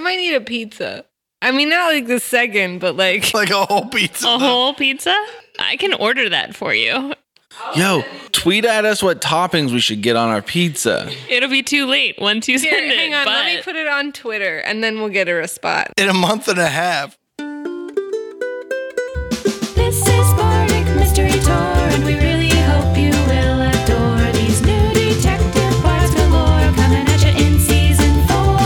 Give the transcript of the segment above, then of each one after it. might need a pizza. I mean, not like the second, but like Like a whole pizza. A whole pizza? I can order that for you. Yo, tweet at us what toppings we should get on our pizza. It'll be too late once you Here, send it. hang on, but let me put it on Twitter, and then we'll get her a spot. In a month and a half. This is Bardic Mystery Tour, and we really hope you will adore these new detective parts galore coming at you in season four.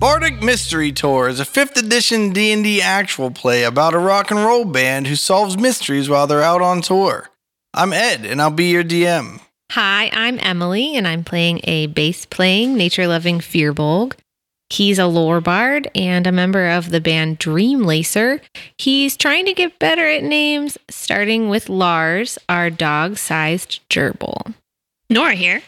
Bardic Mystery Tour is a 5th edition D&D actual play about a rock and roll band who solves mysteries while they're out on tour. I'm Ed, and I'll be your DM. Hi, I'm Emily, and I'm playing a bass playing, nature loving Fearbolg. He's a lore bard and a member of the band Dream Lacer. He's trying to get better at names, starting with Lars, our dog sized gerbil. Nora here.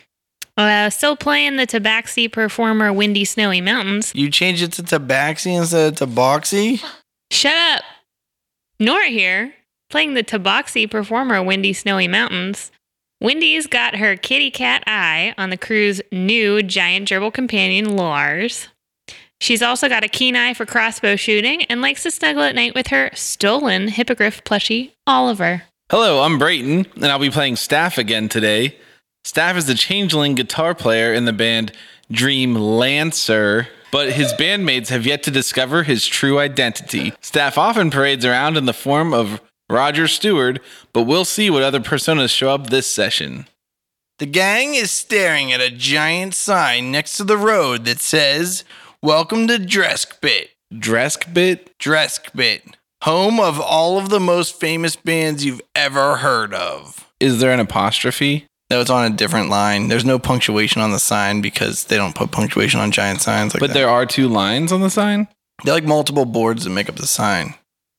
Uh, still playing the Tabaxi performer Windy Snowy Mountains. You change it to Tabaxi instead of Taboxy? Shut up! Nora here, playing the Tabaxi performer Windy Snowy Mountains. Windy's got her kitty cat eye on the crew's new giant gerbil companion, Lars. She's also got a keen eye for crossbow shooting and likes to snuggle at night with her stolen hippogriff plushie, Oliver. Hello, I'm Brayton, and I'll be playing Staff again today. Staff is the changeling guitar player in the band Dream Lancer, but his bandmates have yet to discover his true identity. Staff often parades around in the form of Roger Stewart, but we'll see what other personas show up this session. The gang is staring at a giant sign next to the road that says, Welcome to Dreskbit. Dresk bit? Dreskbit, home of all of the most famous bands you've ever heard of. Is there an apostrophe? No, it's on a different line. There's no punctuation on the sign because they don't put punctuation on giant signs like but that. there are two lines on the sign? They're like multiple boards that make up the sign.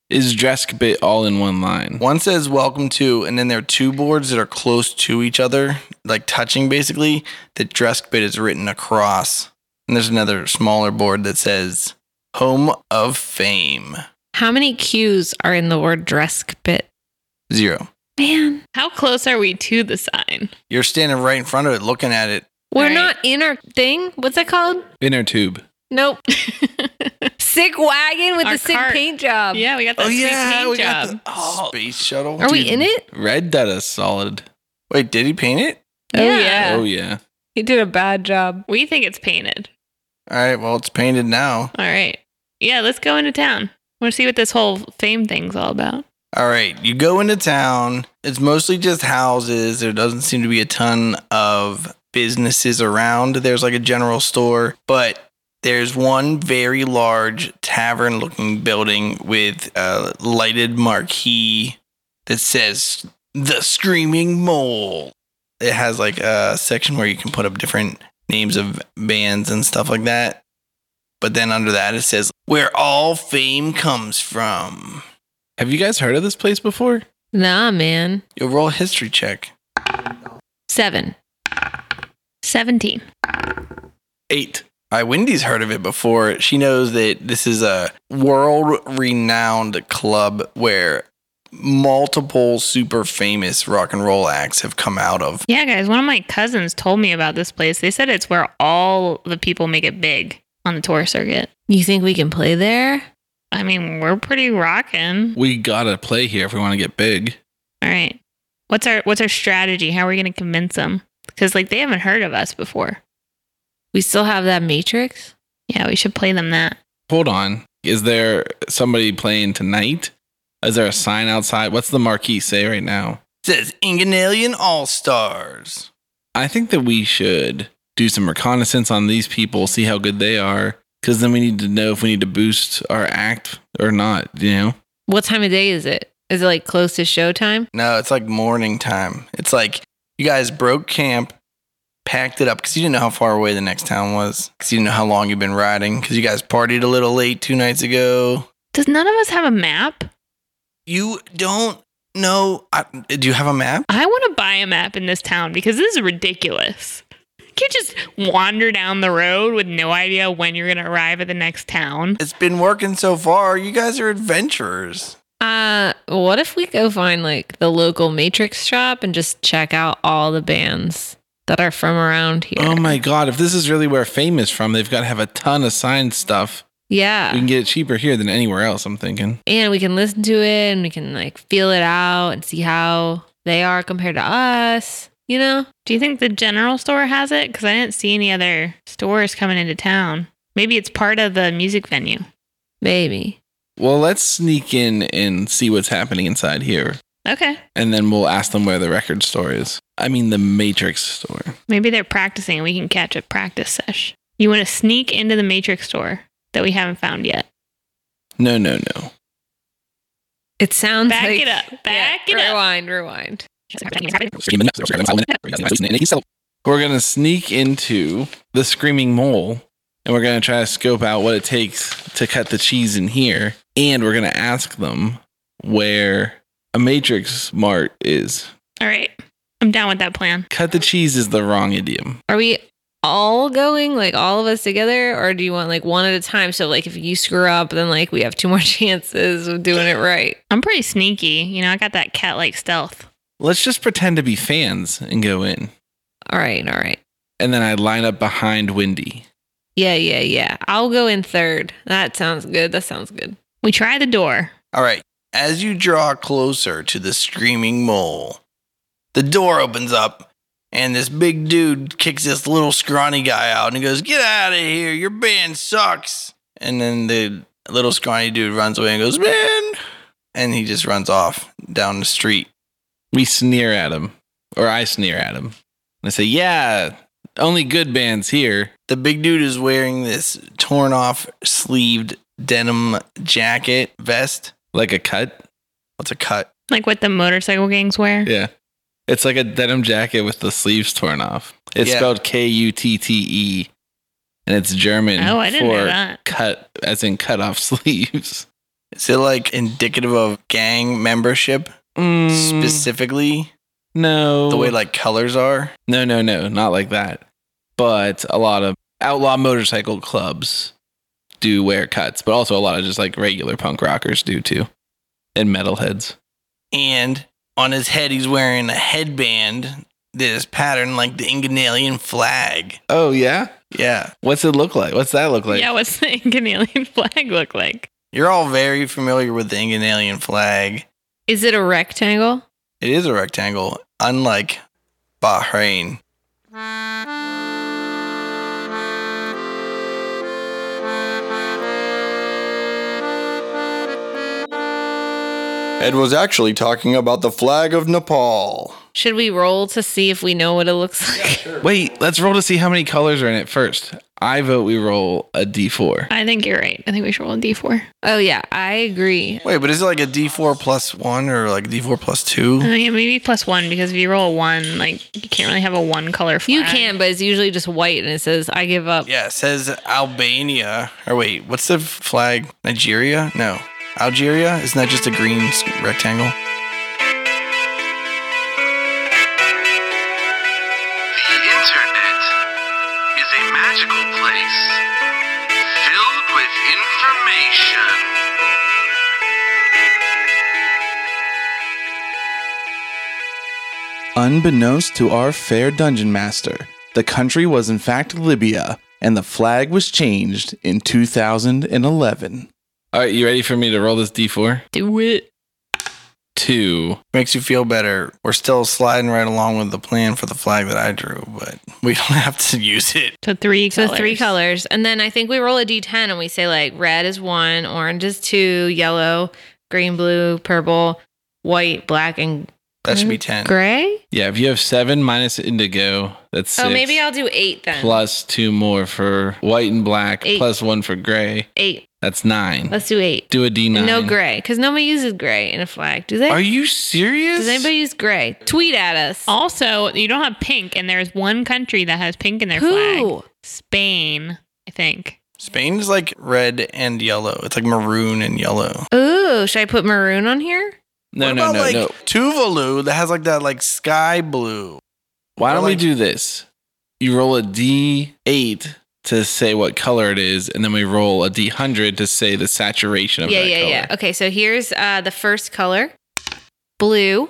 Is Dresk bit all in one line? One says welcome to, and then there are two boards that are close to each other, like touching basically, that Dreskbit is written across. And there's another smaller board that says home of fame. How many Q's are in the word dresk bit? Zero. Man, How close are we to the sign? You're standing right in front of it looking at it. we're Right. not in our thing. What's that called? Inner tube. Nope. Sick wagon with Our the sick cart. paint job. Um, oh, Yeah, we got Oh, that sweet paint job. space shuttle. Oh. Are we in it? Red Data solid. Wait, did he paint it? Oh, yeah. Oh, yeah. He did a bad job. We think it's painted. All right, well, it's painted now. All right. Yeah, let's go into town. Want to see what this whole fame thing's all about? All right, you go into town. It's mostly just houses. There doesn't seem to be a ton of businesses around. There's like a general store, but there's one very large tavern looking building with a lighted marquee that says The Screaming Mole. It has like a section where you can put up different names of bands and stuff like that. But then under that, it says Where All Fame Comes From. Have you guys heard of this place before? Nah, man. You'll roll a history check. Seven. 17. Eight. I Wendy's heard of it before. She knows that this is a world renowned club where multiple super famous rock and roll acts have come out of. Yeah, guys, one of my cousins told me about this place. They said it's where all the people make it big on the tour circuit. You think we can play there? I mean, we're pretty rockin'. We gotta play here if we want to get big. All right. What's our what's our strategy? How are we going to convince them? Cuz like they haven't heard of us before. We still have that matrix? Yeah, we should play them that. Hold on. Is there somebody playing tonight? Is there a sign outside? What's the marquee say right now? It says Inganalian All Stars. I think that we should do some reconnaissance on these people, see how good they are, because then we need to know if we need to boost our act or not, you know? What time of day is it? Is it like close to showtime? No, it's like morning time. It's like you guys broke camp, packed it up because you didn't know how far away the next town was, because you didn't know how long you've been riding, because you guys partied a little late two nights ago. Does none of us have a map? You don't know. I, do you have a map? I want to buy a map in this town because this is ridiculous. You can't just wander down the road with no idea when you're going to arrive at the next town. It's been working so far. You guys are adventurers. Uh, what if we go find like the local matrix shop and just check out all the bands? that are from around here. Oh my god, if this is really where fame is from, they've got to have a ton of signed stuff. We yeah. can get it cheaper here than anywhere else, I'm thinking. And we can listen to it and we can like feel it out and see how they are compared to us, you know? Do you think the general store has it? Because I didn't see any other stores coming into town. Maybe it's part of the music venue. Maybe. Well, let's sneak in and see what's happening inside here. Okay. And then we'll ask them where the record store is. I mean, the Matrix store. Maybe they're practicing and we can catch a practice sesh. You want to sneak into the Matrix store that we haven't found yet. No, no, no. It sounds Back like it up. Back it up. rewind, rewind. We're going to sneak into the Screaming Mole and we're going to try to scope out what it takes to cut the cheese in here. And we're going to ask them where a Matrix Mart is. All right. I'm down with that plan. Cut the cheese is the wrong idiom. Are we all going, like all of us together, or do you want like one at a time? So like if you screw up, then like we have two more chances of doing it right. I'm pretty sneaky. You know, I got that cat like stealth. Let's just pretend to be fans and go in. All right, all right. And then I line up behind Wendy. Yeah, yeah, yeah. I'll go in third. That sounds good. That sounds good. We try the door. All right. As you draw closer to the screaming mole, the door opens up and this big dude kicks this little scrawny guy out and he goes, Get out of here. Your band sucks. And then the little scrawny dude runs away and goes, Man. And he just runs off down the street. We sneer at him, or I sneer at him. And I say, Yeah, only good bands here. The big dude is wearing this torn off sleeved denim jacket vest. Like a cut. What's a cut? Like what the motorcycle gangs wear. Yeah. It's like a denim jacket with the sleeves torn off. It's Yeah. spelled K U T T E, and it's German Oh, I didn't know that. cut, as in cut off sleeves. Is it like indicative of gang membership Mm, specifically? no. The way like colors are? No, no, no, not like that. But a lot of outlaw motorcycle clubs do wear cuts, but also a lot of just like regular punk rockers do too, and metalheads. and on his head he's wearing a headband this pattern like the Inganalian flag. Oh yeah, Yeah. what's it look like? What's that look like? yeah, what's the Canadian flag look like? You're all very familiar with the Inganalian flag. Is it a rectangle? It is a rectangle, unlike Bahrain. Ed was actually talking about the flag of Nepal. Should we roll to see if we know what it looks like? Wait, let's roll to see how many colors are in it first. I vote we roll a d4. I think you're right. I think we should roll a d4. Oh yeah, I agree. Wait, but is it like a D4 plus one or like D4 plus two? Uh, yeah, maybe plus one because if you roll a one, like you can't really have a one color flag. You can, but it's usually just white and it says I give up. Yeah, it says Albania. Or wait, what's the flag? Nigeria? No. Algeria? Isn't that just a green s- rectangle? The internet is a magical place filled with information. Unbeknownst to our fair dungeon master, the country was in fact Libya, and the flag was changed in 2011. All right, you ready for me to roll this d4? Do it. Two. Makes you feel better. We're still sliding right along with the plan for the flag that I drew, but we don't have to use it. So three So colors. three colors, and then I think we roll a d10 and we say like red is one, orange is two, yellow, green, blue, purple, white, black, and That Mm, should be 10. gray. Yeah, if you have seven minus indigo, that's six. Oh, maybe I'll do eight then. plus two more for white and black, Eight. plus one for gray. eight. That's nine. Let's do eight. do a D nine. And No gray, because nobody uses gray in a flag. Do they? Are you serious? Does anybody use gray? Tweet at us. Also, you don't have pink, and there's one country that has pink in their flag. Who? Spain, I think. Spain is like red and yellow. It's like maroon and yellow. Ooh, should I put maroon on here? No, What no, about, no, like, no. Tuvalu that has like that like sky blue. Why don't we like- do this? You roll a D eight to say what color it is, and then we roll a D hundred to say the saturation of yeah, that yeah, color. yeah. Okay, so here's uh, the first color, blue.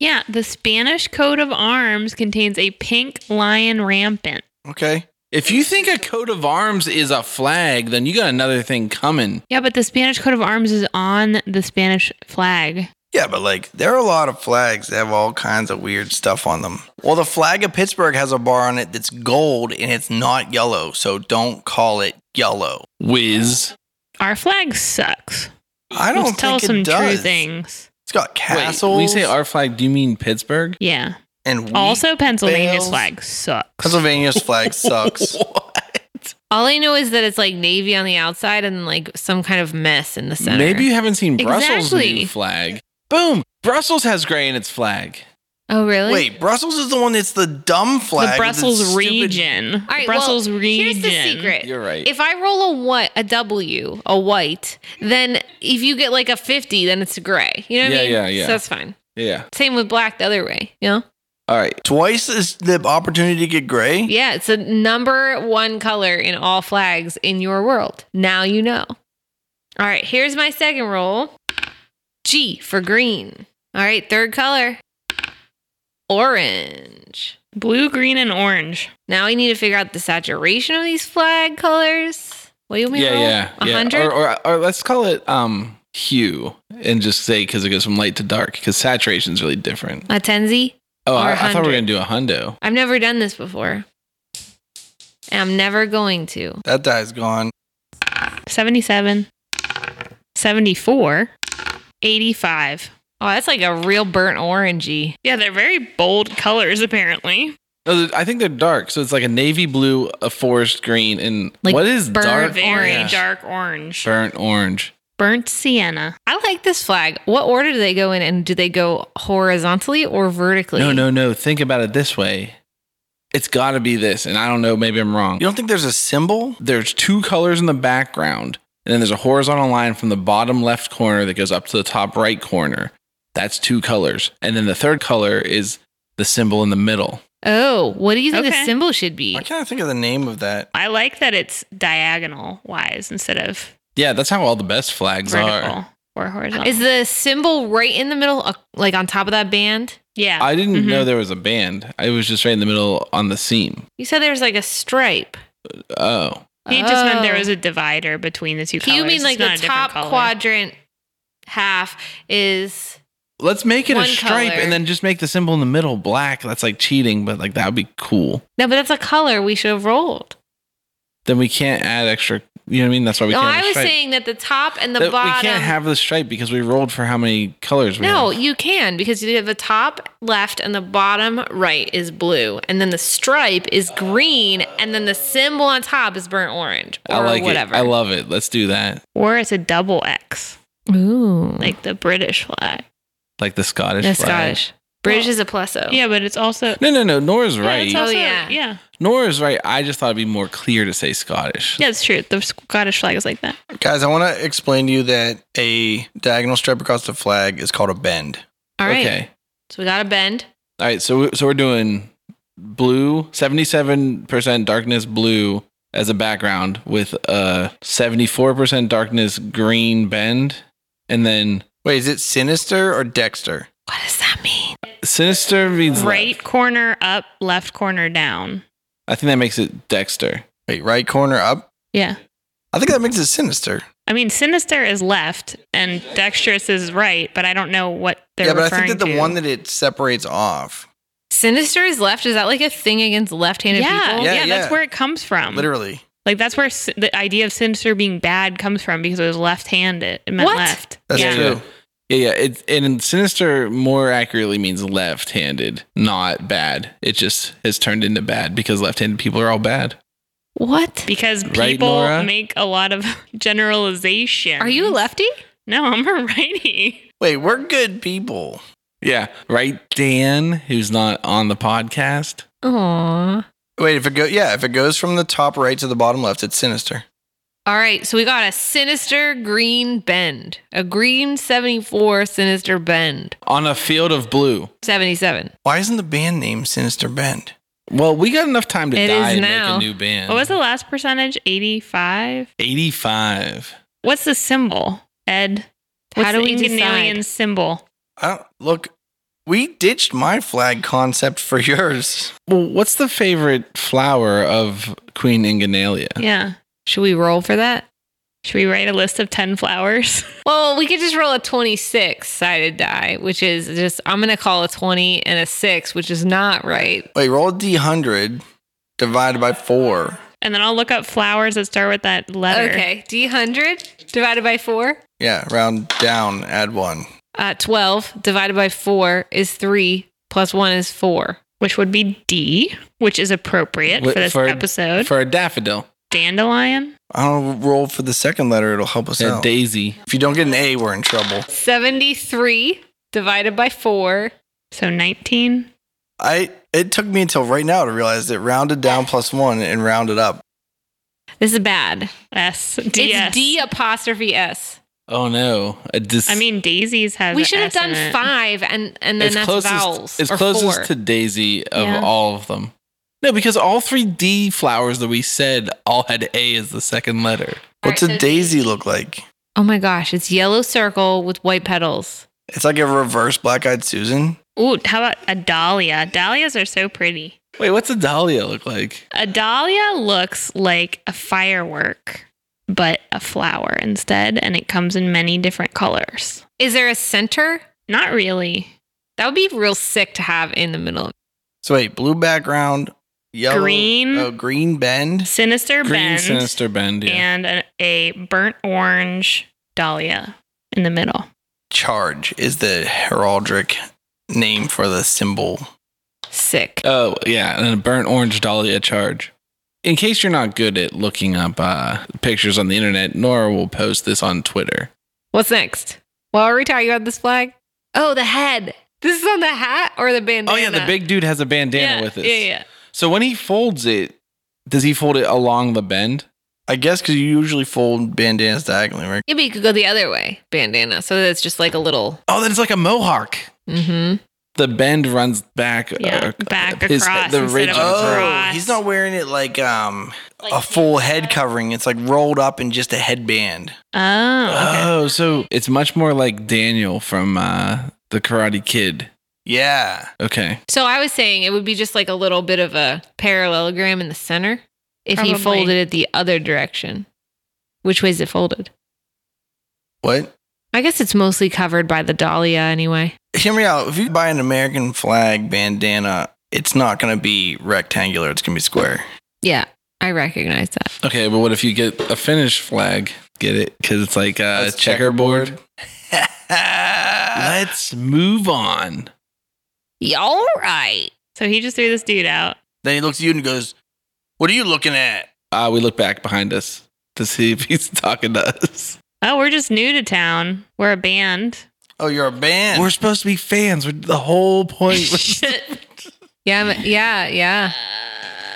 Yeah, the Spanish coat of arms contains a pink lion rampant. Okay. If you think a coat of arms is a flag, then you got another thing coming. Yeah, but the Spanish coat of arms is on the Spanish flag. Yeah, but like there are a lot of flags that have all kinds of weird stuff on them. Well, the flag of Pittsburgh has a bar on it that's gold and it's not yellow, so don't call it yellow. Whiz. Our flag sucks. I don't Let's think tell it some does. true things. It's got Wait, castles. when you say our flag, do you mean Pittsburgh? Yeah. and wheat. Also, Pennsylvania's bales. flag sucks. Pennsylvania's flag sucks. All I know is that it's like navy on the outside and like some kind of mess in the center. Maybe you haven't seen Brussels' Exactly. new flag. Boom! Brussels has gray in its flag. Oh, really? Wait, Brussels is the one that's the dumb flag. the with Brussels stupid- region. All right. Brussels well, region. Here's the secret. You're right. If I roll a what a W, a white, then if you get like a fifty, then it's gray. You know what I Yeah, mean? yeah, yeah. So that's fine. yeah. Same with black the other way. You know? All right. Twice is the opportunity to get gray. Yeah, it's a number one color in all flags in your world. Now you know. All right, here's my second roll. G for green. All right, third color. Orange. Blue, green, and orange. Now we need to figure out the saturation of these flag colors. What do you mean? yeah, yeah, yeah. 100? Or, or, or let's call it um hue and just say because it goes from light to dark because saturation is really different. A tenzi? Oh, Or I, I thought 100. we were gonna do a hundo. I've never done this before. And I'm never going to. That die's gone. 77, 74, 85. Oh, that's like a real burnt orangey. Yeah, they're very bold colors, apparently. No, th- I think they're dark. So it's like a navy blue, a forest green, and Like what is burnt dark? Very orange? dark orange. Burnt orange. Burnt sienna. I like this flag. What order do they go in and do they go horizontally or vertically? No, no, no. Think about it this way. It's got to be this, and I don't know. Maybe I'm wrong. You don't think there's a symbol? There's two colors in the background, and then there's a horizontal line from the bottom left corner that goes up to the top right corner. That's two colors, and then the third color is the symbol in the middle. Oh, what do you think Okay. the symbol should be? I can't think of the name of that. I like that it's diagonal wise instead of Yeah, that's how all the best flags are. vertical or horizontal. Is the symbol right in the middle, uh, like on top of that band? yeah. I didn't Mhm. Mm-hmm. know there was a band. It was just right in the middle on the seam. You said there's like a stripe. Oh, He just meant there Oh. was a divider between the two colors. You mean It's like the not a different top color. quadrant half is Let's make it One a stripe color. and then just make the symbol in the middle black. That's like cheating, but like that would be cool. no, but that's a color we should have rolled. Then we can't add extra. You know what I mean? That's why we No, can't. have I a was stripe. saying that the top and the That bottom. We can't have the stripe because we rolled for how many colors. We no, have. you can because you have the top left and the bottom right is blue, and then the stripe is green, and then the symbol on top is burnt orange or I like whatever. it. I love it. Let's do that. Or it's a double X, Ooh, like like the British flag. Like the Scottish. that's flag. Scottish. British is a plesso. Yeah, but it's also. No, no, no. Nora's Yeah, right. it's Oh, also yeah. yeah. Nora's right. I just thought it'd be more clear to say Scottish. Yeah, it's true. The Scottish flag is like that. Guys, I want to explain to you that a diagonal stripe across the flag is called a bend. All right. Okay. So we got to bend. All right. So we- so we're doing blue, seventy-seven percent darkness blue as a background with a seventy-four percent darkness green bend, and then Wait, is it sinister or dexter? What does that mean? sinister means Right left. corner up, left corner down. I think that makes it Dexter. Wait, right corner up? Yeah. I think that makes it sinister. I mean, sinister is left and dexterous is right, but I don't know what they're yeah, but I referring think that the to. one that it separates off, Sinister is left. Is that like a thing against left-handed yeah, people? Yeah, yeah, yeah. that's where it comes from. literally. Like that's where s- the idea of sinister being bad comes from because it was left-handed. It meant What? left. That's yeah. true. Yeah, yeah. It, and sinister more accurately means left-handed, not bad. It just has turned into bad because left-handed people are all bad. What? Because Right, people Nora? make a lot of generalization. Are you a lefty? No, I'm a righty. Wait, we're good people. Yeah, right, Dan, who's not on the podcast. Aww. Wait, if it go yeah, if it goes from the top right to the bottom left, it's sinister. All right, so we got a sinister green bend, a green 74 sinister bend, On a field of blue. 77. Why isn't the band name Sinister Bend? Well, we got enough time to It is die and make now. a new band. What was the last percentage? 85? 85. What's the symbol, Ed? What's How do the we Inganalian decide? symbol? I don't look We ditched my flag concept for yours. Well, what's the favorite flower of Queen Ingenalia? Yeah. Should we roll for that? Should we write a list of 10 flowers? Well, we could just roll a 26 sided die, which is just, I'm going to call a 20 and a 6, which is not right. Wait, roll D hundred divided by four. And then I'll look up flowers that start with that letter. Okay. D100 divided by 4. Yeah, round down, add one. Uh, 12 divided by 4 is 3, plus 1 is 4. Which would be D, which is appropriate Wait, for this for- episode. For a daffodil, Dandelion. I'll roll for the second letter. It'll help us a out. daisy. if you don't get an A, we're in trouble. 73 divided by 4. So 19. I. It took me until right now to realize that rounded down plus one and rounded up. This is bad. S. DS. It's D apostrophe S. Oh no, a dis- I mean, daisies has. we an should have S done in it. 5 and, and then it's that's closest, vowels. It's or closest four. to daisy of Yeah. all of them. No, because all three D flowers that we said all had A as the second letter. What's Alright, a so daisy look like? Oh my gosh, it's yellow circle with white petals. It's like a reverse black-eyed Susan. Ooh, how about a dahlia? Dahlias are so pretty. Wait, what's a dahlia look like? A dahlia looks like a firework, but a flower instead, and it comes in many different colors. Is there a center? Not really. That would be real sick to have in the middle. So wait, blue background, yellow, Green. oh, green bend. Sinister Green bend sinister bend. Yeah. and a, a burnt orange dahlia in the middle. Charge is the heraldic name for the symbol. Sick. Oh yeah, and a burnt orange dahlia charge. In case you're not good at looking up uh, pictures on the internet, Nora will post this on Twitter. What's next? Well, are we talking about this flag? Oh, the head. This is on the hat or the bandana? Oh yeah, the big dude has a bandana yeah, with uh, it. Yeah, yeah. So when he folds it, does he fold it along the bend? I guess because you usually fold bandanas diagonally, right? Yeah, but you could go the other way, bandana. So that's just like a little. Oh, then it's like a mohawk. Mm-hmm. The bend runs back. Yeah, uh, back his- across the instead ridge of of his- across. Oh, Cross. he's not wearing it like um a full head covering. It's like rolled up in just a headband. Oh, okay. Oh, so it's much more like Daniel from uh, the Karate Kid. Yeah. Okay. So I was saying it would be just like a little bit of a parallelogram in the center if he Probably. folded it the other direction. Which way is it folded? What? I guess it's mostly covered by the dahlia anyway. Hear me out. If you buy an American flag bandana, it's not going to be rectangular. It's going to be square. Yeah, I recognize that. Okay, but what if you get a Finnish flag? Get it? Because it's like a That's Uh, checkerboard. I Let's move on. Yeah, all right. So he just threw this dude out. Then he looks at you and goes, What are you looking at? Uh, we look back behind us to see if he's talking to us. Oh, we're just new to town. We're a band. Oh, you're a band. We're supposed to be fans. We're, the whole point. was- Yeah, I'm- yeah, yeah.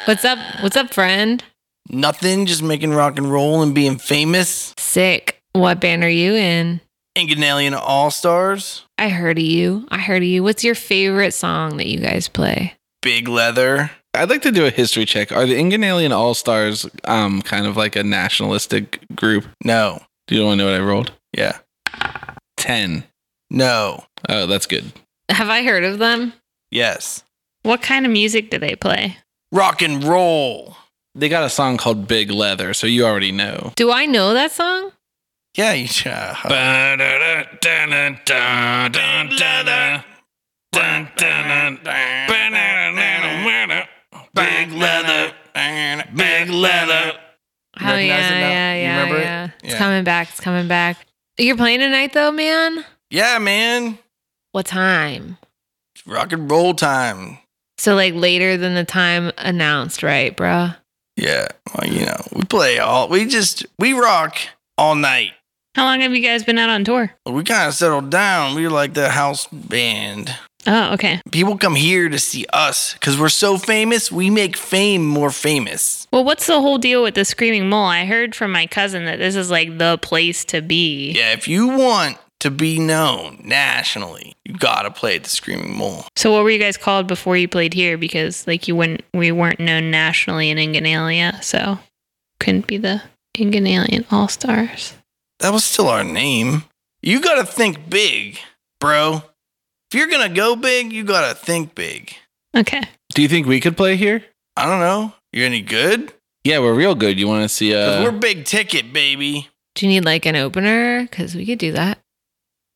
What's up? What's up, friend? Nothing, just making rock and roll and being famous. Sick. What band are you in? Inganalian All Stars, I heard of you. I heard of you. What's your favorite song that you guys play? Big Leather. I'd like to do a history check. Are the Inganalian All Stars um, kind of like a nationalistic group? No. Do you want to know what I rolled? Yeah. 10. No. Oh, that's good. Have I heard of them? Yes. What kind of music do they play? Rock and roll. They got a song called Big Leather, so you already know. Do I know that song? Yeah. You, uh, Big Leather. Big Leather. Oh yeah, Recognize it now? yeah, You yeah, remember it? yeah. It's Yeah. coming back. It's coming back. You're playing tonight though, man. yeah, man. What time? It's rock and roll time. So like later than the time announced, right, bruh? Yeah. Well, you know, we play all, we just, we rock all night. How long have you guys been out on tour? We kind of settled down. We were like the house band. Oh, okay. People come here to see us because we're so famous. We make fame more famous. Well, what's the whole deal with the Screaming Mole? I heard from my cousin that this is like the place to be. Yeah, if you want to be known nationally, you gotta play at the Screaming Mole. So, what were you guys called before you played here? Because like you wouldn't, we weren't known nationally in Inganalia, so couldn't be the Inganalian All Stars. That was still our name. You gotta think big, bro. If you're gonna go big, you gotta think big. Okay. Do you think we could play here? I don't know. You're any good? Yeah, we're real good. You want to see? 'Cause Uh, we're big ticket, baby. Do you need like an opener? Because we could do that.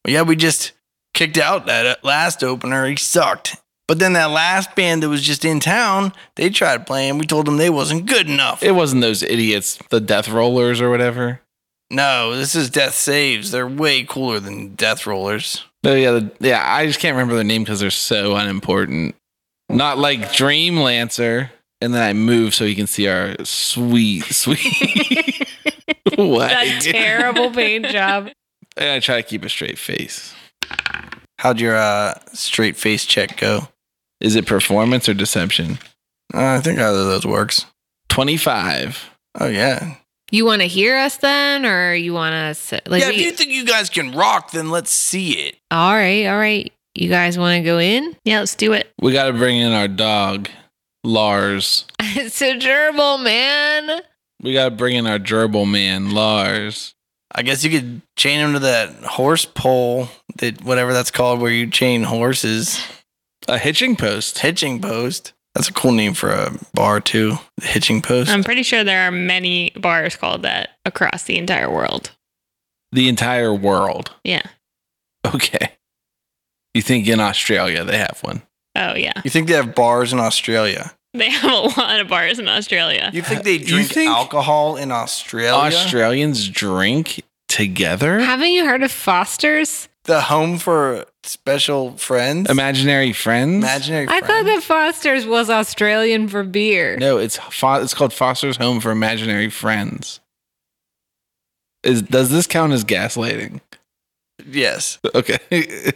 Well, yeah, we just kicked out that uh, last opener. He sucked. But then that last band that was just in town, they tried playing. We told them they wasn't good enough. it wasn't those idiots, the Death Rollers or whatever. no, this is Death Saves. They're way cooler than Death Rollers. Oh yeah, the, yeah. I just can't remember their name because they're so unimportant. Not like Dream Lancer. And then I move so you can see our sweet, sweet. what? That terrible paint job. And I try to keep a straight face. How'd your uh, straight face check go? Is it performance or deception? Uh, I think either of those works. Twenty-five. Oh yeah. You want to hear us then, or you want us like? yeah, we- if you think you guys can rock, then let's see it. all right, all right. You guys want to go in? Yeah, let's do it. We got to bring in our dog, Lars. it's a gerbil, man. We got to bring in our gerbil man, Lars. I guess you could chain him to that horse pole that whatever that's called where you chain horses. A hitching post. Hitching post. That's a cool name for a bar too. The hitching post. I'm pretty sure there are many bars called that across the entire world. The entire world. Yeah. Okay. You think in Australia they have one? Oh yeah. you think they have bars in Australia? They have a lot of bars in Australia. You think they You drink think- alcohol in Australia? Australians drink together? Haven't you heard of Foster's? the home for special friends? Imaginary friends? Imaginary I thought friends? that Foster's was Australian for beer. No, it's fo- it's called Foster's Home for Imaginary Friends. Is does this count as gaslighting? Yes. Okay.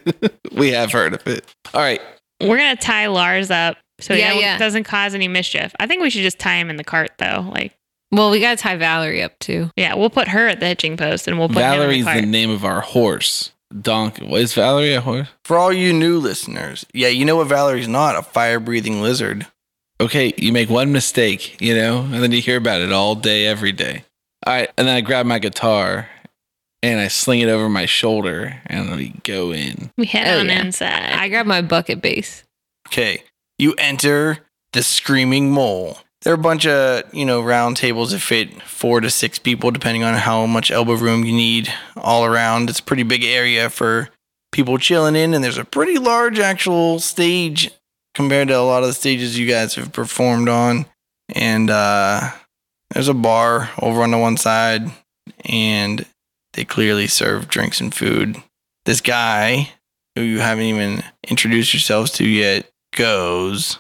we have heard of it. All right. We're gonna tie Lars up so Yeah, he yeah. doesn't cause any mischief. I think we should just tie him in the cart though. Like, Well, we got to tie Valerie up too. yeah, we'll put her at the hitching post and we'll put him Valerie's the in the cart. name of our horse. Donk. Is Valerie a horse? For all you new listeners, yeah, you know what Valerie's not? A fire breathing lizard. okay, you make one mistake, you know, and then you hear about it all day, every day. All right, and then I grab my guitar and I sling it over my shoulder and we go in. we head Oh, on yeah. inside. I grabbed my bucket base. Okay. You enter the Screaming Mole. There are a bunch of, you know, round tables that fit four to six people, depending on how much elbow room you need all around. It's a pretty big area for people chilling in, and there's a pretty large actual stage compared to a lot of the stages you guys have performed on. And uh, there's a bar over on the one side, and they clearly serve drinks and food. This guy, who you haven't even introduced yourselves to yet, goes.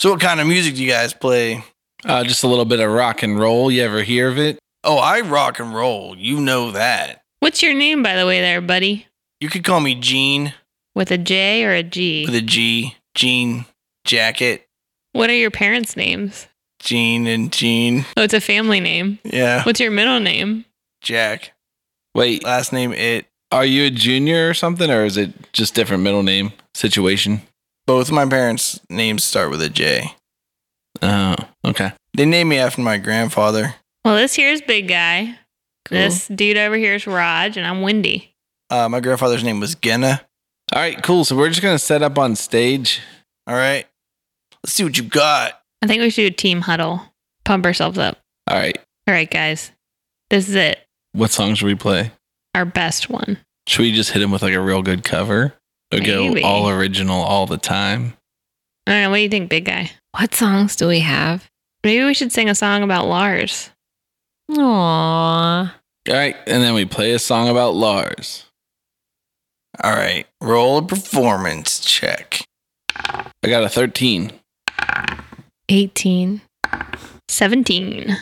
So, what kind of music do you guys play? Uh, just a little bit of rock and roll. You ever hear of it? Oh, I rock and roll. You know that. What's your name by the way there, buddy? You could call me Gene With a J or a G? with a G, Gene Jacket, what are your parents' names? Gene and Gene. Oh, it's a family name. Yeah, What's your middle name? Jack. Wait, Last name it. are you a junior or something, or is it just different middle name situation? Both of my parents' names start with a J. Oh, okay. They named me after my grandfather. Well, this here's big guy. Cool. This dude over here is Raj, and I'm Wendy. Uh, my grandfather's name was Genna. All right, cool. So we're just gonna set up on stage. All right, let's see what you got. I think we should do a team huddle, pump ourselves up. All right, All right, guys, this is it. what song should we play? Our best one. Should we just hit him with like a real good cover, or Maybe. go all original all the time? I don't know. What do you think, big guy? What songs do we have? Maybe we should sing a song about Lars. Aww. All right, and then we play a song about Lars. All right, roll a performance check. I got a 13. 18. 17.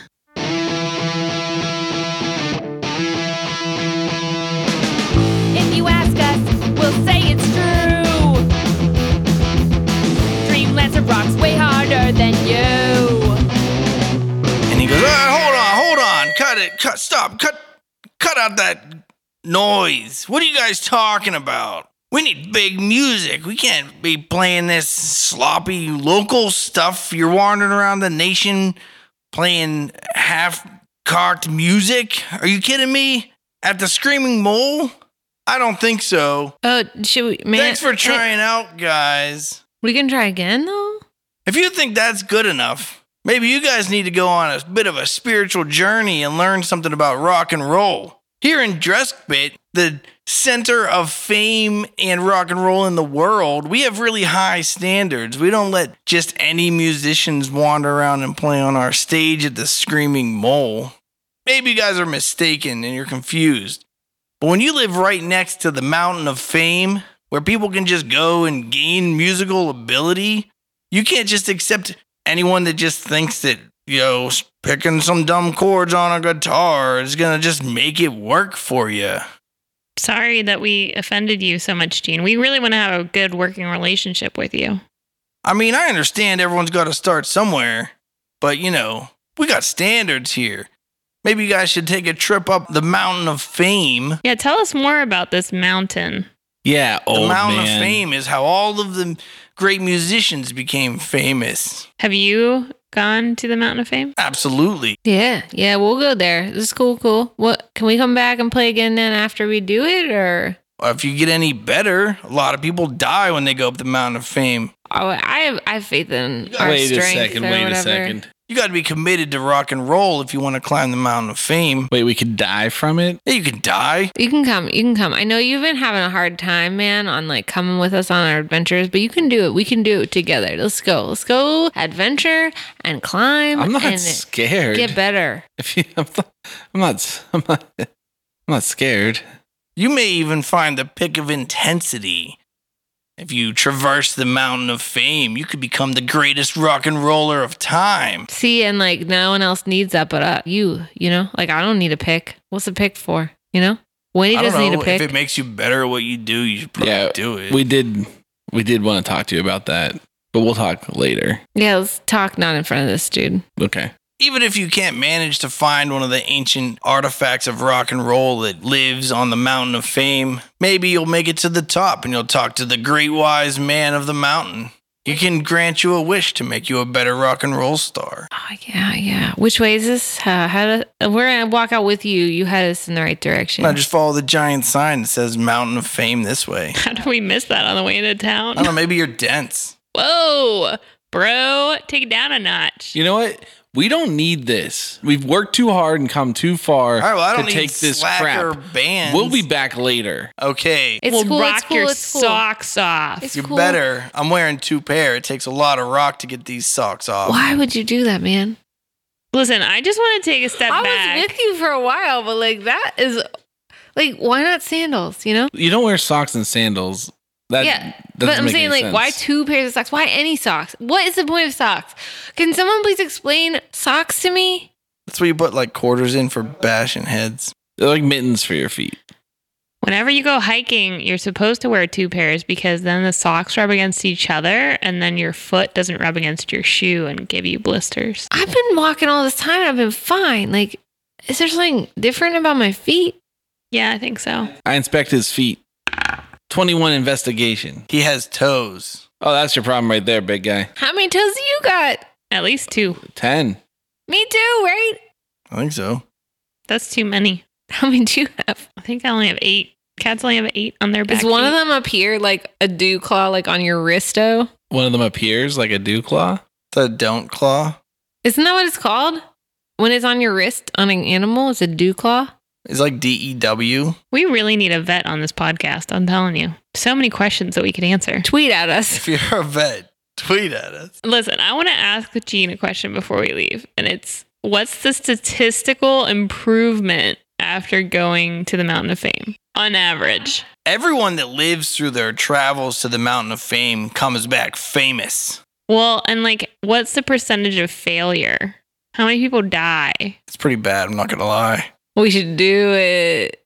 If you ask us, we'll say it's true. Dreamlancer rocks way harder than you. And he goes, "All right, hold on, hold on, cut it, cut, stop, cut, cut out that noise. What are you guys talking about? We need big music. We can't be playing this sloppy local stuff. You're wandering around the nation playing half cocked music. Are you kidding me? At the Screaming Mole? I don't think so. Oh, should we? Man, Thanks for hey, trying out, guys. we can try again though. If you think that's good enough, maybe you guys need to go on a bit of a spiritual journey and learn something about rock and roll. Here in Dreskbit, the center of fame and rock and roll in the world, we have really high standards. We don't let just any musicians wander around and play on our stage at the Screaming Mole. Maybe you guys are mistaken and you're confused. But when you live right next to the mountain of fame, where people can just go and gain musical ability, you can't just accept anyone that just thinks that you know s- picking some dumb chords on a guitar is gonna just make it work for you Sorry that we offended you so much, Gene. We really want to have a good working relationship with you. i mean i understand everyone's got to start somewhere but you know we got standards here maybe you guys should take a trip up the mountain of fame Yeah, tell us more about this mountain. Yeah, old the mountain man. of fame is how all of the great musicians became famous Have you gone to the Mountain of Fame? absolutely Yeah, yeah, we'll go there. This is cool, cool. What can we come back and play again then after we do it, or Or if you get any better a lot of people die when they go up the mountain of fame oh, I have I have faith in our Wait a strength second. or Wait a whatever. second. You got to be committed to rock and roll if you want to climb the mountain of fame. Wait, we could die from it. Yeah, You can die. You can come. You can come. I know you've been having a hard time, man, on like coming with us on our adventures, but you can do it. We can do it together. Let's go. Let's go adventure and climb I'm not and scared. get better. If you, I'm not. I'm not. I'm not, I'm not scared. You may even find the pick of intensity. If you traverse the mountain of fame, you could become the greatest rock and roller of time. See, and like no one else needs that but uh, you, you know? Like I don't need a pick. What's a pick for? You know? Winnie I don't doesn't need a know pick. if it makes you better at what you do. You should probably Yeah, do it. We did. We did want to talk to you about that, but we'll talk later. yeah, let's talk not in front of this dude. Okay. even if you can't manage to find one of the ancient artifacts of rock and roll that lives on the mountain of fame, maybe you'll make it to the top and you'll talk to the great wise man of the mountain. He can grant you a wish to make you a better rock and roll star. Oh yeah, yeah. Which way is this? Uh, how to uh, we're gonna walk out with you. You head us in the right direction. Now just follow the giant sign that says Mountain of Fame this way. How did we miss that on the way into I Uh-huh. don't town? know, maybe you're dense. Whoa, bro, take it down a notch. You know what? We don't need this. We've worked too hard and come too far All right, well, I don't to need take this slack or crap. bands. We'll be back later. okay. it's we'll cool, rock it's cool, your it's cool. socks off. It's You're cool. better. I'm wearing two pair. It takes a lot of rock to get these socks off. Why would you do that, man? Listen, I just want to take a step I back. was with you for a while, but like that is like why not sandals, you know? You don't wear socks and sandals. That yeah, doesn't but I'm make saying any like, why sense. two pairs of socks? Why any socks? What is the point of socks? Can someone please explain socks to me? That's where you put like quarters in for bashing heads. They're like mittens for your feet. Whenever you go hiking, you're supposed to wear two pairs because then the socks rub against each other and then your foot doesn't rub against your shoe and give you blisters. I've been walking all this time and I've been fine. Like, is there something different about my feet? Yeah, I think so. I inspect his feet. 21 investigation. He has toes. Oh, that's your problem right there, big guy. How many toes do you got? At least two. 10. Me too, right? I think so. That's too many. How many do you have? I think I only have eight. Cats only have eight on their back. Is one of feet. them up here like a dew claw, like on your wristo? One of them appears like a dew claw. The don't claw Isn't that what it's called? When it's on your wrist on an animal, it's a dew claw. is like D E W. We really need a vet on this podcast, I'm telling you. So many questions that we could answer. Tweet at us. If you're a vet, tweet at us. Listen, I want to ask Gene a question before we leave, and it's what's the statistical improvement after going to the Mountain of Fame on average? Everyone that lives through their travels to the mountain of fame comes back famous. Well, and like, what's the percentage of failure? How many people die? It's pretty bad, I'm not gonna lie. We should do it.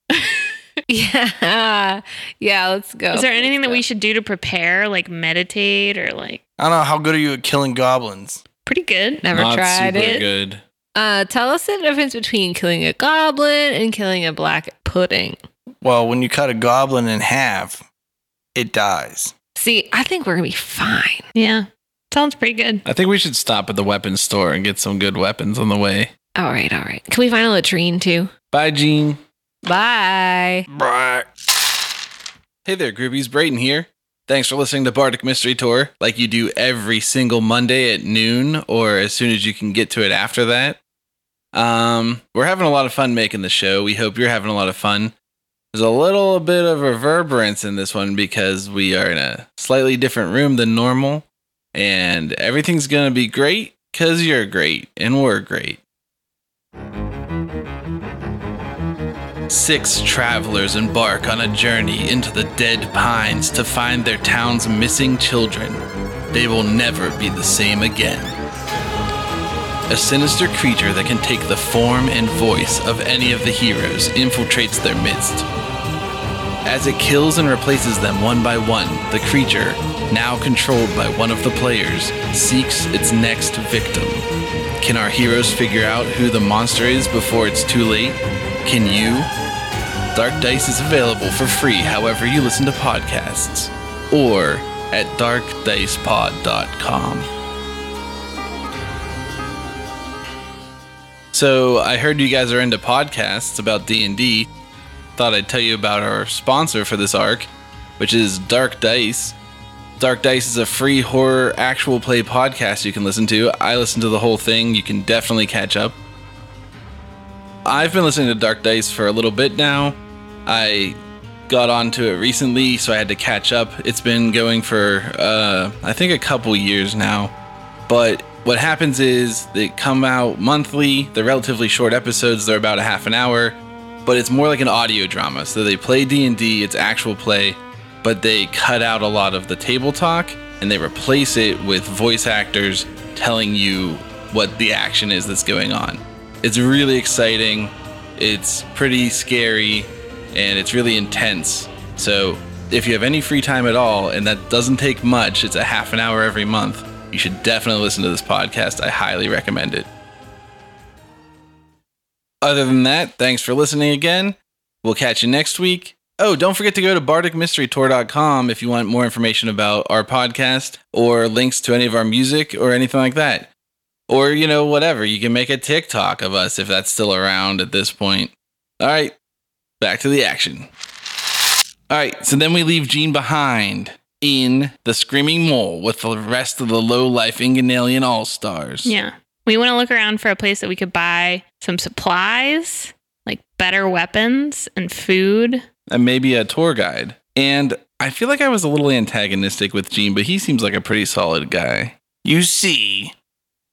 yeah. Yeah, let's go. Is there anything that we should should do to prepare, like meditate or like I don't know how good are you at killing goblins? pretty good? never Not tried super it? good. Uh tell us the difference between killing a goblin and killing a black pudding. Well, when you cut a goblin in half, it dies. See, I think we're gonna be fine. Yeah. Sounds pretty good. I think we should stop at the weapons store and get some good weapons on the way. All right, all right. Can we find a latrine too? Bye, Gene. Bye. Right. Hey there, groupies. Brayden here. Thanks for listening to Bardic Mystery Tour, like you do every single Monday at noon or as soon as you can get to it after that. Um, we're having a lot of fun making the show. We hope you're having a lot of fun. There's a little bit of reverberance in this one because we are in a slightly different room than normal, and everything's going to be great because you're great and we're great. Six travelers embark on a journey into the dead pines to find their town's missing children. They will never be the same again. A sinister creature that can take the form and voice of any of the heroes infiltrates their midst. As it kills and replaces them one by one, the creature, now controlled by one of the players, seeks its next victim. Can our heroes figure out who the monster is before it's too late? Can you? Dark Dice is available for free however you listen to podcasts or at darkdicepod.com. So, I heard you guys are into podcasts about D&D. Thought I'd tell you about our sponsor for this arc, which is Dark Dice. Dark Dice is a free horror actual play podcast you can listen to. I listened to the whole thing. You can definitely catch up. I've been listening to Dark Dice for a little bit now. I got onto it recently, so I had to catch up. It's been going for, uh, I think, a couple years now. But what happens is they come out monthly. They're relatively short episodes. They're about a half an hour, but it's more like an audio drama. So they play D and D. It's actual play, but they cut out a lot of the table talk and they replace it with voice actors telling you what the action is that's going on it's really exciting it's pretty scary and it's really intense so if you have any free time at all and that doesn't take much it's a half an hour every month you should definitely listen to this podcast i highly recommend it other than that thanks for listening again we'll catch you next week oh don't forget to go to bardicmysterytour.com if you want more information about our podcast or links to any of our music or anything like that or you know whatever you can make a tiktok of us if that's still around at this point all right back to the action all right so then we leave gene behind in the screaming mole with the rest of the low life inganalian all-stars Yeah. We want to look around for a place that we could buy some supplies, like better weapons and food. and maybe a tour guide and i feel like i was a little antagonistic with gene but he seems like a pretty solid guy You see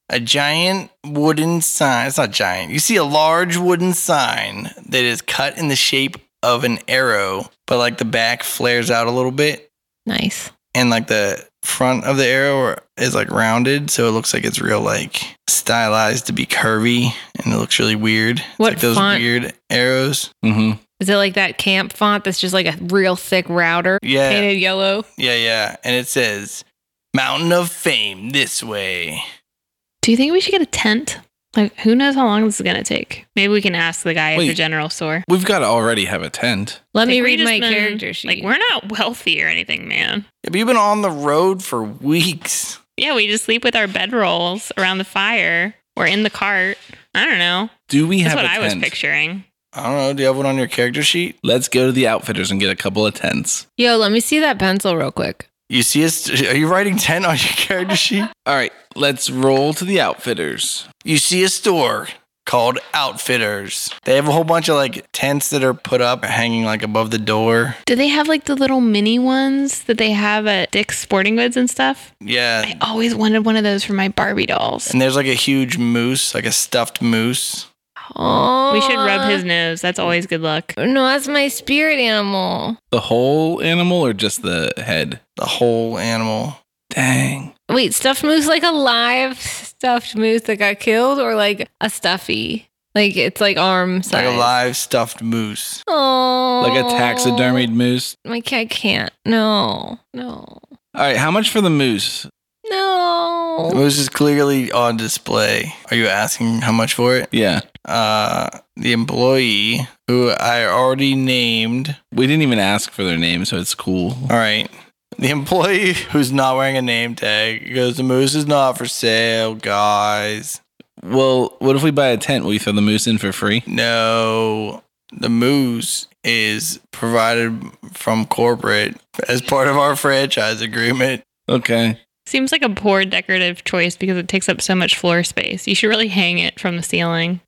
a giant wooden sign. It's not giant. You see a large wooden sign that is cut in the shape of an arrow, but like the back flares out a little bit Nice. and like the front of the arrow is like rounded, so it looks like it's real like stylized to be curvy and it looks really weird. It's What like those font? weird arrows. mm-hmm Is it like that camp font that's just like a real thick router Yeah. painted yellow? Yeah, yeah. And it says Mountain of Fame this way. Do you think we should get a tent? Like, who knows how long this is going to take? Maybe we can ask the guy at the Wait. general store. we've got to already have a tent Let Like, me we read just my been- character sheet. Like, we're not wealthy or anything, man. Have you been on the road for weeks? Yeah, we just sleep with our bedrolls around the fire or in the cart. I don't know. do we That's have what a I was tent picturing. I don't know. Do you have one on your character sheet? let's go to the outfitters and get a couple of tents Yo, let me see that pencil real quick. You see us? Are you writing 10 on your character sheet? All right, let's roll to the outfitters. You see a store called Outfitters. They have a whole bunch of like tents that are put up hanging like above the door. Do they have like the little mini ones that they have at Dick's Sporting Goods and stuff? Yeah. I always wanted one of those for my Barbie dolls. And there's like a huge moose, like a stuffed moose. Oh, We should rub his nose. That's always good luck. No, that's my spirit animal. The whole animal or just the head? The whole animal. Dang. Wait, stuffed moose like a live stuffed moose that got killed, or like a stuffy? Like it's like arm It's like size. a live stuffed moose. Oh, Like a Oh. taxidermied moose. My cat can't. No, no, All right, how much for the moose? The no. moose is clearly on display. Are you asking how much for it? Yeah, Uh, the employee who I already named we didn't even ask for their name, so it's cool. All right. The employee who's not wearing a name tag goes, The moose is not for sale, guys. Well, what if we buy a tent? Will you throw the moose in for free? No, the moose is provided from corporate as part of our franchise agreement. Okay. Seems like a poor decorative choice because it takes up so much floor space. You should really hang it from the ceiling.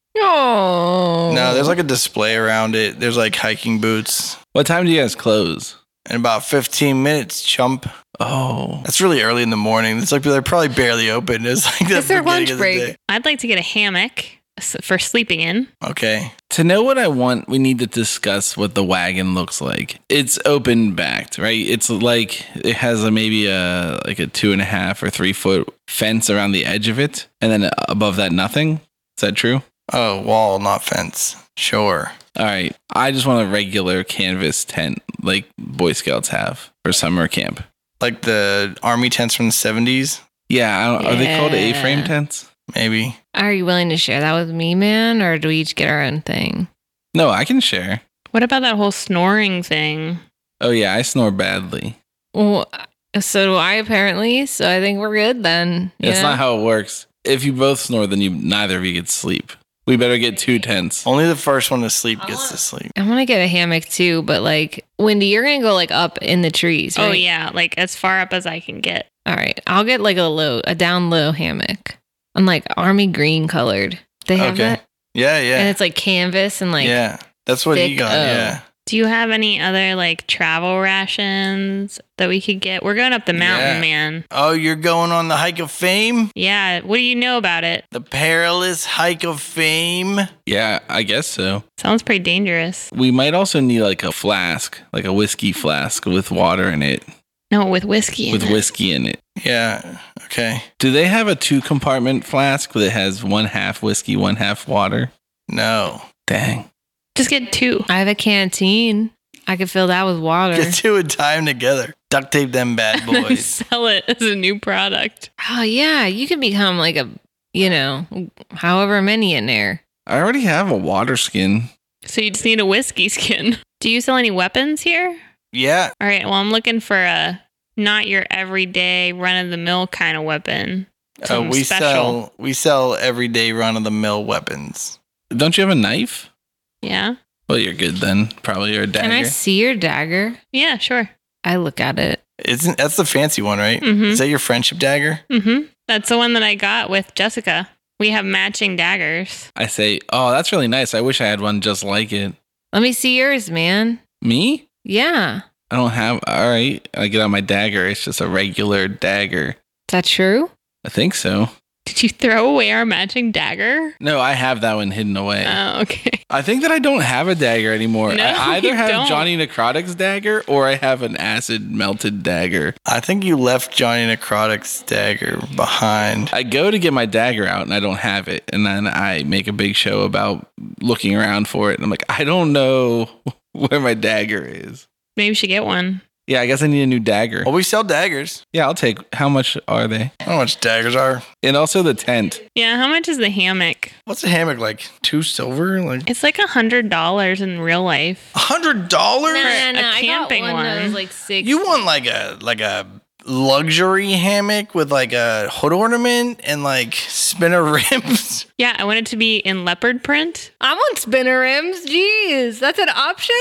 Oh. No, there's like a display around it. There's like hiking boots. What time do you guys close? In about 15 minutes, chump. Oh. That's really early in the morning. It's like they're probably barely open. It's like the It's their beginning lunch of the break. day. I'd like to get a hammock s- for sleeping in. Okay. To know what I want, we need to discuss what the wagon looks like. It's open backed, right? It's like it has a maybe a like a two and a half or three foot fence around the edge of it, and then above that nothing. Is that true? Oh, wall, not fence. Sure. All right. I just want a regular canvas tent like Boy Scouts have for summer camp. Like the army tents from the 70s, Yeah, I don't, are they called Yeah. A-frame tents? maybe. Are you willing to share that with me, man? Or do we each get our own thing? No, I can share. What about that whole snoring thing? Oh yeah, I snore badly. Well, so do I apparently. So I think we're good then. you That's know? not how it works. If you both snore, then you neither of you get sleep. We better get two tents. Only the first one to sleep gets to sleep. I want to get a hammock too, but like Wendy, you're gonna go like up in the trees. Right? Oh yeah, like as far up as I can get. All right, I'll get like a low, a down low hammock. I'm like army green colored. They have Okay. that, Yeah, yeah. and it's like canvas and like yeah. That's what he thick got. O. Yeah. Do you have any other like travel rations that we could get? We're going up the mountain, Yeah. man. Oh, you're going on the hike of fame? Yeah, what do you know about it? The perilous hike of fame? Yeah, I guess so. Sounds pretty dangerous. We might also need like a flask, like a whiskey flask with water in it, No, with whiskey. in with it. whiskey in it. Yeah. Okay. Do they have a two compartment flask that has one half whiskey, one half water? No. Dang. Just get two. I have a canteen. I could fill that with water. Get two in time together. Duct tape them bad boys. Sell it as a new product. oh yeah, you could become like a you know however many in there. I already have a water skin. So you just need a whiskey skin. Do you sell any weapons here? yeah. All right. Well, I'm looking for a not your everyday run of the mill kind of weapon. Uh, Something we special. sell we sell everyday run of the mill weapons. Don't you have a knife? Yeah. Well, you're good then. Probably you're a dagger. Can I see your dagger? Yeah. Sure. I look at it. Isn't that's the fancy one, right? Mhm. Is that your friendship dagger? Mm-hmm. That's the one that I got with Jessica. We have matching daggers. I say, oh, that's really nice. I wish I had one just like it. Let me see yours, man. Me? Yeah, I don't have. All right. I get out my dagger. It's just a regular dagger. is that true? I think so. Did you throw away our matching dagger? No, I have that one hidden away. Oh, okay. I think that I don't have a dagger anymore. No, I either you have don't. Johnny Necrotic's dagger or I have an acid melted dagger. I think you left Johnny Necrotic's dagger behind. I go to get my dagger out and I don't have it. And then I make a big show about looking around for it. And I'm like, I don't know where my dagger is. Maybe we should get one. Yeah, I guess I need a new dagger. Well, we sell daggers. Yeah, I'll take. How much are they? I don't know how much daggers are. And also the tent. Yeah. How much is the hammock? What's a hammock like? Two silver? Like It's like a hundred dollars in real life. a hundred dollars? no, a I got camping one that was, one. like six. You want like a like a luxury hammock with like a hood ornament and like spinner rims? Yeah, I want it to be in leopard print. I want spinner rims. Jeez, that's an option.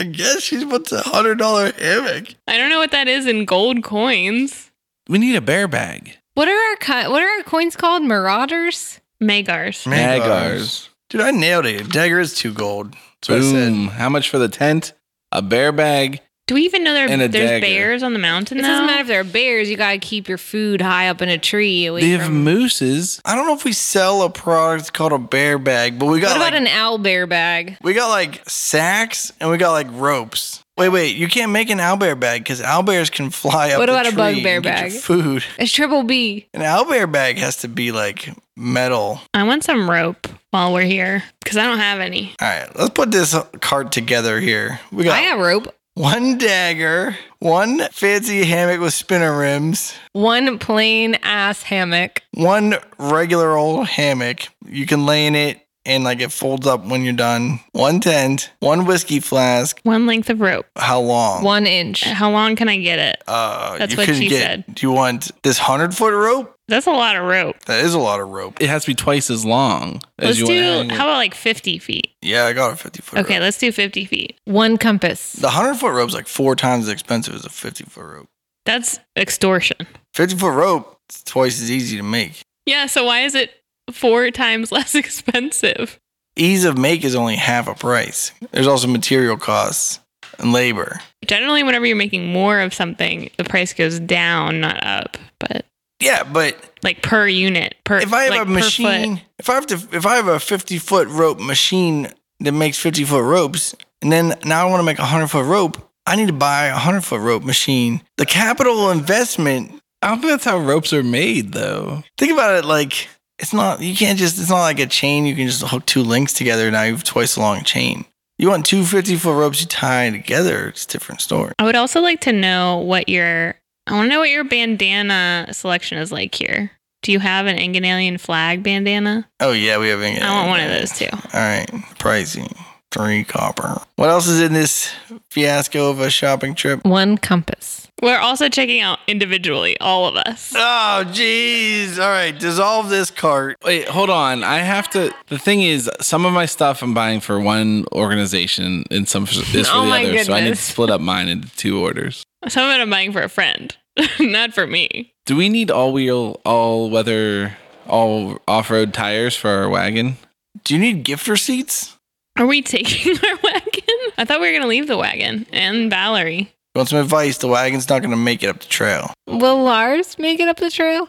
I guess she's what's a hundred dollar hammock. I don't know what that is in gold coins. We need a bear bag. What are our co- what are our coins called? Marauders. Megars. Magars. Dude, I nailed it. Dagger is two gold. That's what I said. Boom. How much for the tent? A bear bag. Do we even know there, And a there's dagger. bears on the mountain It though? doesn't matter if they're bears. You gotta keep your food high up in a tree. Away They have from- mooses. I don't know if we sell a product called a bear bag, but we what got about like, an owl bear bag? we got like sacks and we got like ropes. Wait, wait, you can't make an owlbear bag because owlbears can fly up. What the about a tree bugbear and get your bag? Food. It's triple B. An owlbear bag has to be like metal. I want some rope while we're here because I don't have any. All right, let's put this cart together here. We got, I got rope. one dagger, one fancy hammock with spinner rims, One plain ass hammock. one regular old hammock. You can lay in it and like it folds up when you're done. One tent, one whiskey flask. One length of rope. How long? One inch. How long can I get it? Uh, That's you what could she get, said. Do you want this hundred foot rope? That's a lot of rope. That is a lot of rope. It has to be twice as long as Let's you do, want. how about like 50 feet? Yeah, I got a 50 foot Okay, rope. let's do 50 feet. One compass. The 100 foot rope's like four times as expensive as a 50 foot rope. That's extortion. 50 foot rope is twice as easy to make. Yeah, so why is it four times less expensive? Ease of make is only half a price. There's also material costs and labor. Generally, whenever you're making more of something, the price goes down, not up. But Yeah, but like per unit, per if I have like, a per machine, if I have to, if I have a 50 foot rope machine that makes 50 foot ropes, and then now I want to make a 100 foot rope, I need to buy a 100 foot rope machine. The capital investment I don't think that's how ropes are made, though. think about it like it's not you can't just it's not like a chain you can just hook two links together now you have twice the long chain you want two 50 foot ropes you tie together it's a different story I would also like to know what your I want to know what your bandana selection is like here. Do you have an Enganalian flag bandana? oh yeah we have it I want one of those too. all right pricing three copper what else is in this fiasco of a shopping trip One compass. We're also checking out individually, all of us. oh jeez all right dissolve this cart Wait, hold on. I have to. The thing is, some of my stuff I'm buying for one organization and some f- is for Oh the my other. So I need to goodness. split up mine into two orders. Some of it I'm buying for a friend, not for me. Do we need all wheel, all weather, all off road tires for our wagon? do you need gift receipts Are we taking our wagon? I thought we were going to leave the wagon and Valerie. you want some advice the wagon's not going to make it up the trail Will Lars make it up the trail?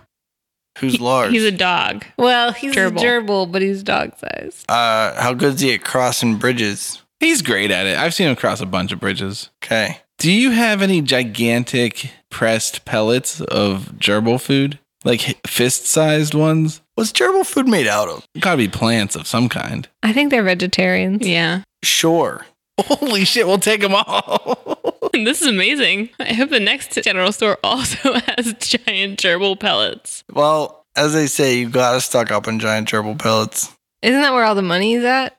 who's large He's a dog. Well, he's Gerbil. a gerbil, but he's dog sized. uh how good's he at crossing bridges He's great at it. I've seen him cross a bunch of bridges. okay Do you have any gigantic pressed pellets of gerbil food? Like fist sized ones? What's gerbil food made out of? Gotta be plants of some kind. I think they're vegetarians. Yeah. Sure. Holy shit, we'll take them all. This is amazing. I hope the next general store also has giant gerbil pellets. Well, as they say, you gotta stock up on giant gerbil pellets. Isn't that where all the money is at?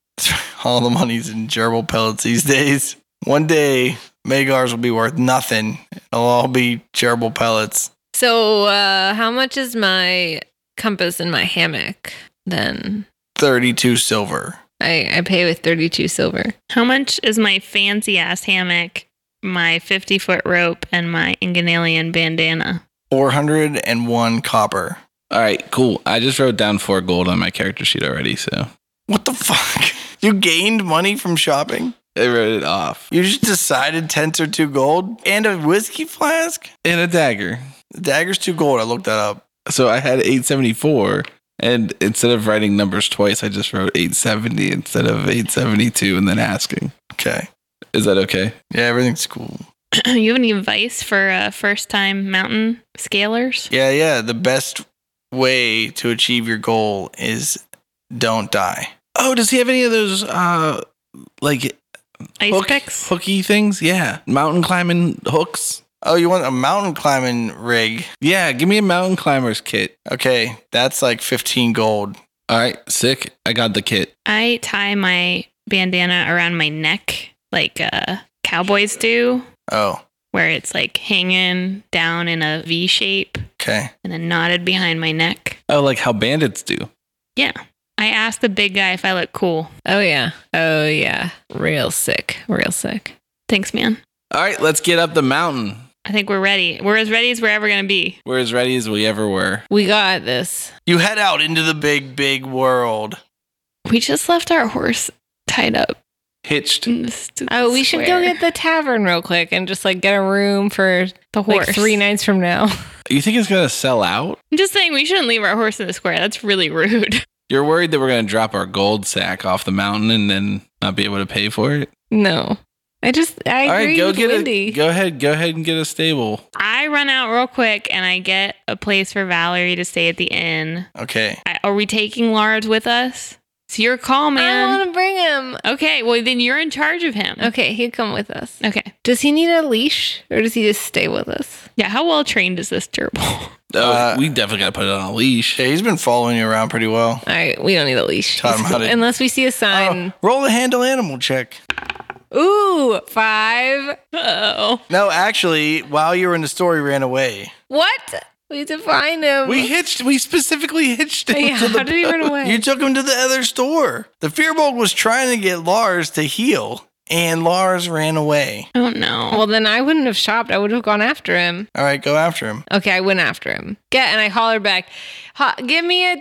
All the money's in gerbil pellets these days. One day, Megars will be worth nothing. It'll all be gerbil pellets. So, uh, how much is my compass in my hammock then? 32 silver. I, I pay with 32 silver. How much is my fancy ass hammock, my 50 foot rope, and my Inganalian bandana? 401 copper. All right, cool. I just wrote down four gold on my character sheet already, so What the fuck? You gained money from shopping? I wrote it off. You just decided tents are two gold and a whiskey flask? And a dagger. The dagger's two gold. I looked that up. So I had 874, and instead of writing numbers twice, I just wrote 870 instead of 872 and then asking. Okay. Is that okay? Yeah, everything's cool. you have any advice for uh, first time mountain scalers? Yeah, yeah. The best way to achieve your goal is don't die. Oh, does he have any of those, uh, like Ice hook- picks? hooky things? Yeah. Mountain climbing hooks? Oh, you want a mountain climbing rig? Yeah, give me a mountain climber's kit. Okay, that's like 15 gold. All right, sick. I got the kit. I tie my bandana around my neck like uh, cowboys do, Oh, where it's like hanging down in a V shape okay. and then knotted behind my neck. Oh, like how bandits do. I asked the big guy if I look cool. Oh, yeah. Oh, yeah. Real sick. Real sick. Thanks, man. All right, let's get up the mountain. I think we're ready. We're as ready as we're ever going to be. We're as ready as we ever were. We got this. You head out into the big, big world. We just left our horse tied up. Hitched. in the stupid Oh, we should go square. get the tavern real quick and just like get a room for the like three nights from now. You think it's gonna sell out? I'm just saying we shouldn't leave our horse in the square. That's really rude. You're worried that we're gonna drop our gold sack off the mountain and then not be able to pay for it. No. I just, I All agree right, go with get Wendy. a go ahead, go ahead and get a stable. I run out real quick and I get a place for Valerie to stay at the inn. Okay. I, are we taking Lars with us? It's your I call, man. want to bring him. Okay, well then you're in charge of him. Okay, he'd come with us. Okay. Does he need a leash or does he just stay with us? Yeah. How well trained is this gerbil? Oh, Uh, we definitely gotta put it on a leash. Yeah, he's been following you around pretty well. All right, we don't need a leash. Taught him how to- Unless we see a sign. Oh, roll a handle animal check. Ooh, five. Oh, No, actually, while you were in the story, ran away. What? We had to find him. We hitched. We specifically hitched him. yeah, to the how did he run away? You took him to the other store. The Fearbog was trying to get Lars to heal, and Lars ran away. Oh no. well, then I wouldn't have shopped. I would have gone after him. All right, go after him. Okay, I went after him. Get and I hollered back, "Ho- "Give me a,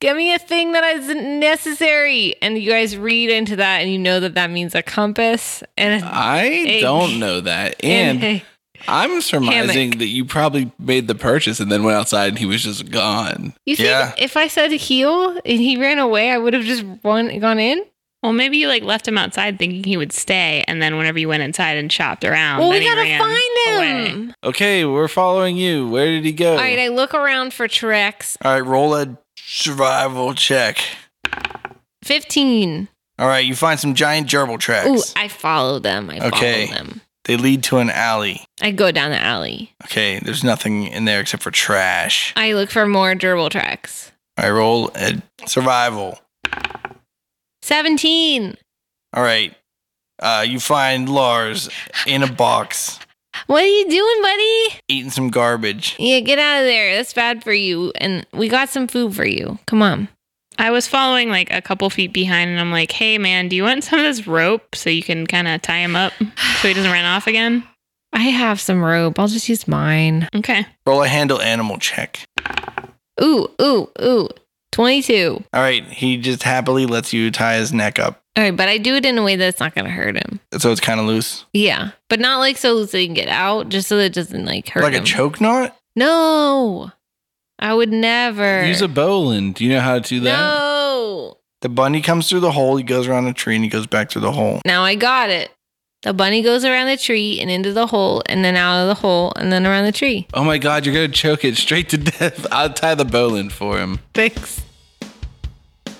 give me a thing that isn't necessary." And you guys read into that, and you know that that means a compass and a, I Egg. don't know that, Uh, and and I'm surmising hammock. that you probably made the purchase and then went outside and he was just gone. You think Yeah. if I said heal and he ran away, I would have just run, gone in? Well, maybe you like left him outside thinking he would stay, and then whenever you went inside and shopped around, well, Um, then we he gotta ran find him. away. Okay, we're following you. Where did he go? All right, I look around for Trex. All right, roll a survival check. 15. All right, you find some giant gerbil tracks. Ooh, I follow them. I Okay. follow them. they lead to an alley. I go down the alley. Okay, there's nothing in there except for trash. I look for more durable tracks. I roll a survival. 17. All right. Uh, you find Lars in a box What are you doing, buddy? eating some garbage. Yeah, get out of there. That's bad for you. And we got some food for you. Come on. I was following like a couple feet behind, and I'm like, "Hey, man, do you want some of this rope so you can kind of tie him up so he doesn't run off again?" I have some rope. I'll just use mine. Okay. Roll a handle animal check. Ooh, ooh, ooh. 22. All right, he just happily lets you tie his neck up. All right, but I do it in a way that's not going to hurt him. So it's kind of loose. Yeah, but not like so so he can get out, just so that it doesn't like hurt like him. a choke knot? No, I would never. Use a bowline. Do you know how to do that? no. The bunny comes through the hole, he goes around a tree, and he goes back through the hole. Now I got it. The bunny goes around the tree and into the hole, and then out of the hole, and then around the tree. Oh my god, you're gonna choke it straight to death. I'll tie the bowline for him. Thanks.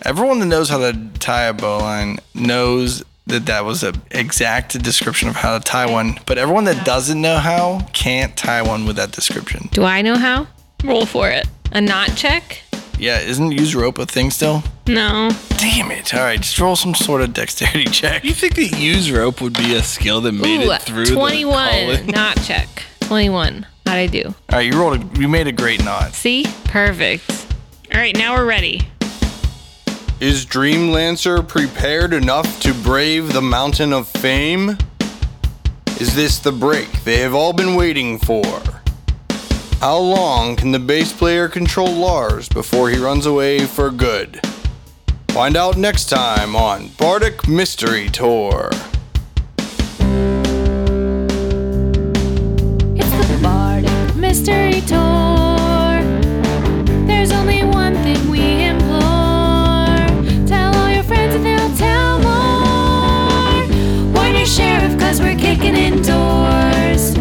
Everyone that knows how to tie a bowline knows that that was an exact description of how to tie one, but everyone that doesn't know how can't tie one with that description. Do I know how? Roll for it. A knot check. Yeah, isn't use rope a thing still? No. Damn it. All right, just roll some sort of dexterity check. You think that use rope would be a skill that made Ooh, it through the twenty-one colon? knot check. Twenty-one. How'd I do? All right, you rolled a, you made a great knot. See, perfect. All right, now we're ready. Is Dream Lancer prepared enough to brave the mountain of fame? Is this the break they have all been waiting for? How long can the bass player control Lars before he runs away for good? Find out next time on Bardic Mystery Tour. It's the Bardic Mystery Tour. There's only one thing we implore. Tell all your friends and they'll tell more. Warn your sheriff, cause we're kicking in doors.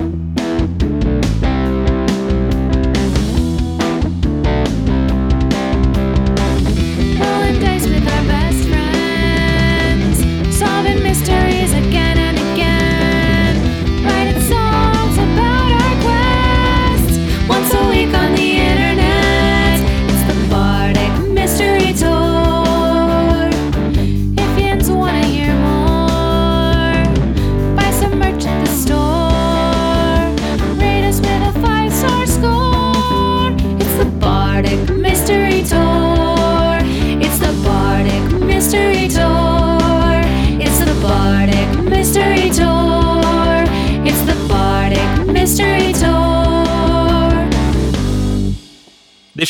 Rolling dice with our best friends. Solving mysteries again and again. Writing songs about our quest. Once a week on the internet. It's the Bardic Mystery Tour. If yins wanna hear more, buy some merch at the store. Rate us with a five star score. It's the Bardic Mystery Tour. It's the Bardic Mystery Tour. It's the Bardic Mystery Tour. It's the Bardic Mystery Tour. This